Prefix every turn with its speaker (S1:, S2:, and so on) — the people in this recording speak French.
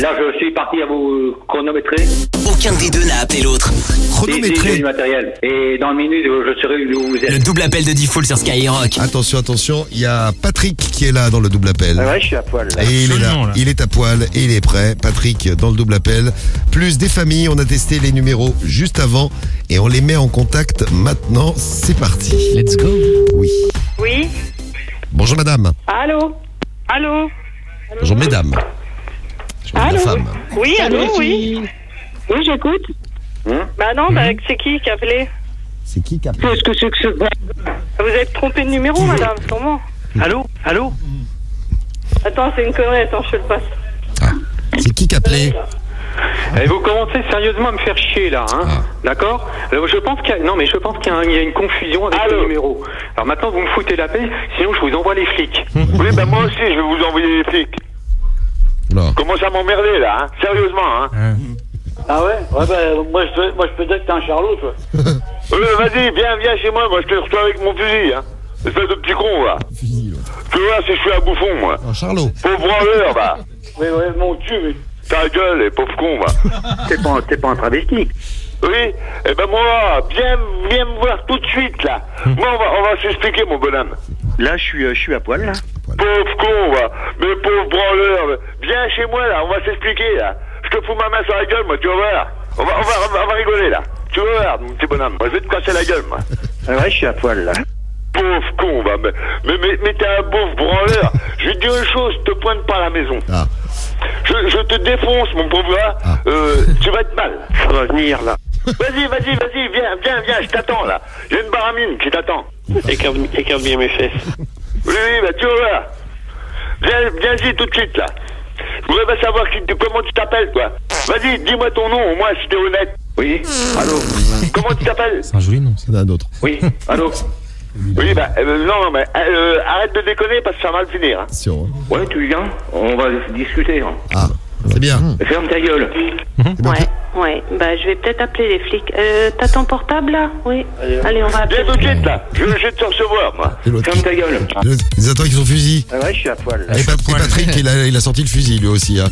S1: Là, je suis parti à vous chronométrer.
S2: Aucun des deux n'a appelé l'autre.
S1: Ici, j'ai
S3: Chronométré.
S1: du matériel. Et dans le minute, je je serai où vous êtes.
S2: Le double appel de Default sur Skyrock.
S3: Attention, attention, il y a Patrick qui est là dans le double
S4: Ah
S3: appel.
S1: ouais, je suis à poil. là.
S3: Et il est
S5: Absolument,
S3: là,
S5: là.
S3: il est à poil et il est prêt. Patrick dans le double appel. Plus des familles, on a testé les numéros juste avant et on les met en contact maintenant. C'est parti.
S5: Let's go.
S3: Oui.
S6: Oui.
S3: Bonjour madame.
S6: Allô Allô
S3: Bonjour mesdames. Je vois la
S6: Allô
S3: femme.
S6: Oui, allô, oui.
S7: Oui, j'écoute.
S6: Bah non, bah, c'est qui qui a appelé
S3: C'est qui qui a appelé
S7: Hein? Mmh. Qu'est-ce que c'est que ce
S6: Vous avez trompé de numéro, madame, sûrement.
S4: Allô Allô
S6: Attends, c'est une connerie, attends, je te le passe.
S3: Ah, C'est qui qui a appelé
S4: Et Eh, vous commencez sérieusement à me faire chier là, hein
S3: Ah.
S4: D'accord Alors, Je pense qu'il y a... non mais je pense qu'il y a un- il y a une confusion avec le numéro. Alors maintenant vous me foutez la paix, sinon je vous envoie les flics.
S8: Oui, ben moi aussi, je vais vous envoyer les flics.
S3: Oula.
S8: Commence à m'emmerder, là, hein. Sérieusement, hein.
S9: Ah ouais Ouais, bah, moi je peux, moi, je peux dire que t'es un charlot, toi.
S8: Oui, ben, vas-y, viens, viens chez moi, moi, je te reçois avec mon fusil, hein. Espèce de petit con, là. Tu vois, si je suis un bouffon, moi.
S3: Oh, Charlot.
S8: Pauvre branleur, bah.
S9: Ouais, ouais, mon cul, mais.
S8: Ta gueule, les pauvres cons, bah.
S1: T'es pas, t'es pas un travesti.
S8: Oui, eh ben moi, viens, viens me voir tout de suite, là. Moi, on va, on va s'expliquer, mon bonhomme.
S1: Là, je suis, euh, je suis à poil, là.
S8: Pauvre con, va. Mais pauvre branleur. va. Viens chez moi, là. On va s'expliquer, là. Je te fous ma main sur la gueule, moi. Tu vas voir. On va, on va, on va, on va rigoler, là. Tu vas voir, mon petit bonhomme. Moi, je vais te casser la gueule, moi.
S1: Ouais, je suis à poil, là.
S8: Pauvre con, va. Mais, mais, mais, mais t'es un pauvre branleur. je vais te dire une chose. Te pointe pas à la maison.
S3: Ah.
S8: Je, je te défonce, mon pauvre gars. Euh, tu vas être mal. Tu vas venir, là. Vas-y, vas-y, vas-y. Viens, viens, viens. Je t'attends, là. J'ai une baramine qui t'attend.
S9: Écarte, écarte bien mes fesses.
S8: Oui, oui, bah tu vas voir. Viens, viens-y tout de suite, là. Je voudrais pas savoir qui, comment tu t'appelles, quoi. Vas-y, dis-moi ton nom, au moins, si t'es honnête. Oui, allô Comment tu t'appelles
S5: C'est un joli nom.
S3: Il y en a un autre.
S8: Oui, allô Oui, bah, euh, non, mais euh, arrête de déconner, parce que ça va mal finir. hein.
S3: Attention, hein.
S1: Ouais, tu viens. On va discuter. hein.
S3: Ah, c'est bien.
S1: Ferme ta gueule.
S7: Ouais, ouais. Bah, je vais peut-être appeler les flics. Euh, t'as ton portable là Oui. Allez, on va
S8: Viens
S7: appeler.
S8: tout de suite, là. Je vais essayer de te recevoir, moi.
S3: Et l'autre.
S1: Ferme ta gueule.
S3: Ils attendent qu'ils ont fusil.
S1: Ouais, je suis à poil, là.
S3: Et, Pat- et Patrick, il a, il a sorti le fusil lui aussi. hein.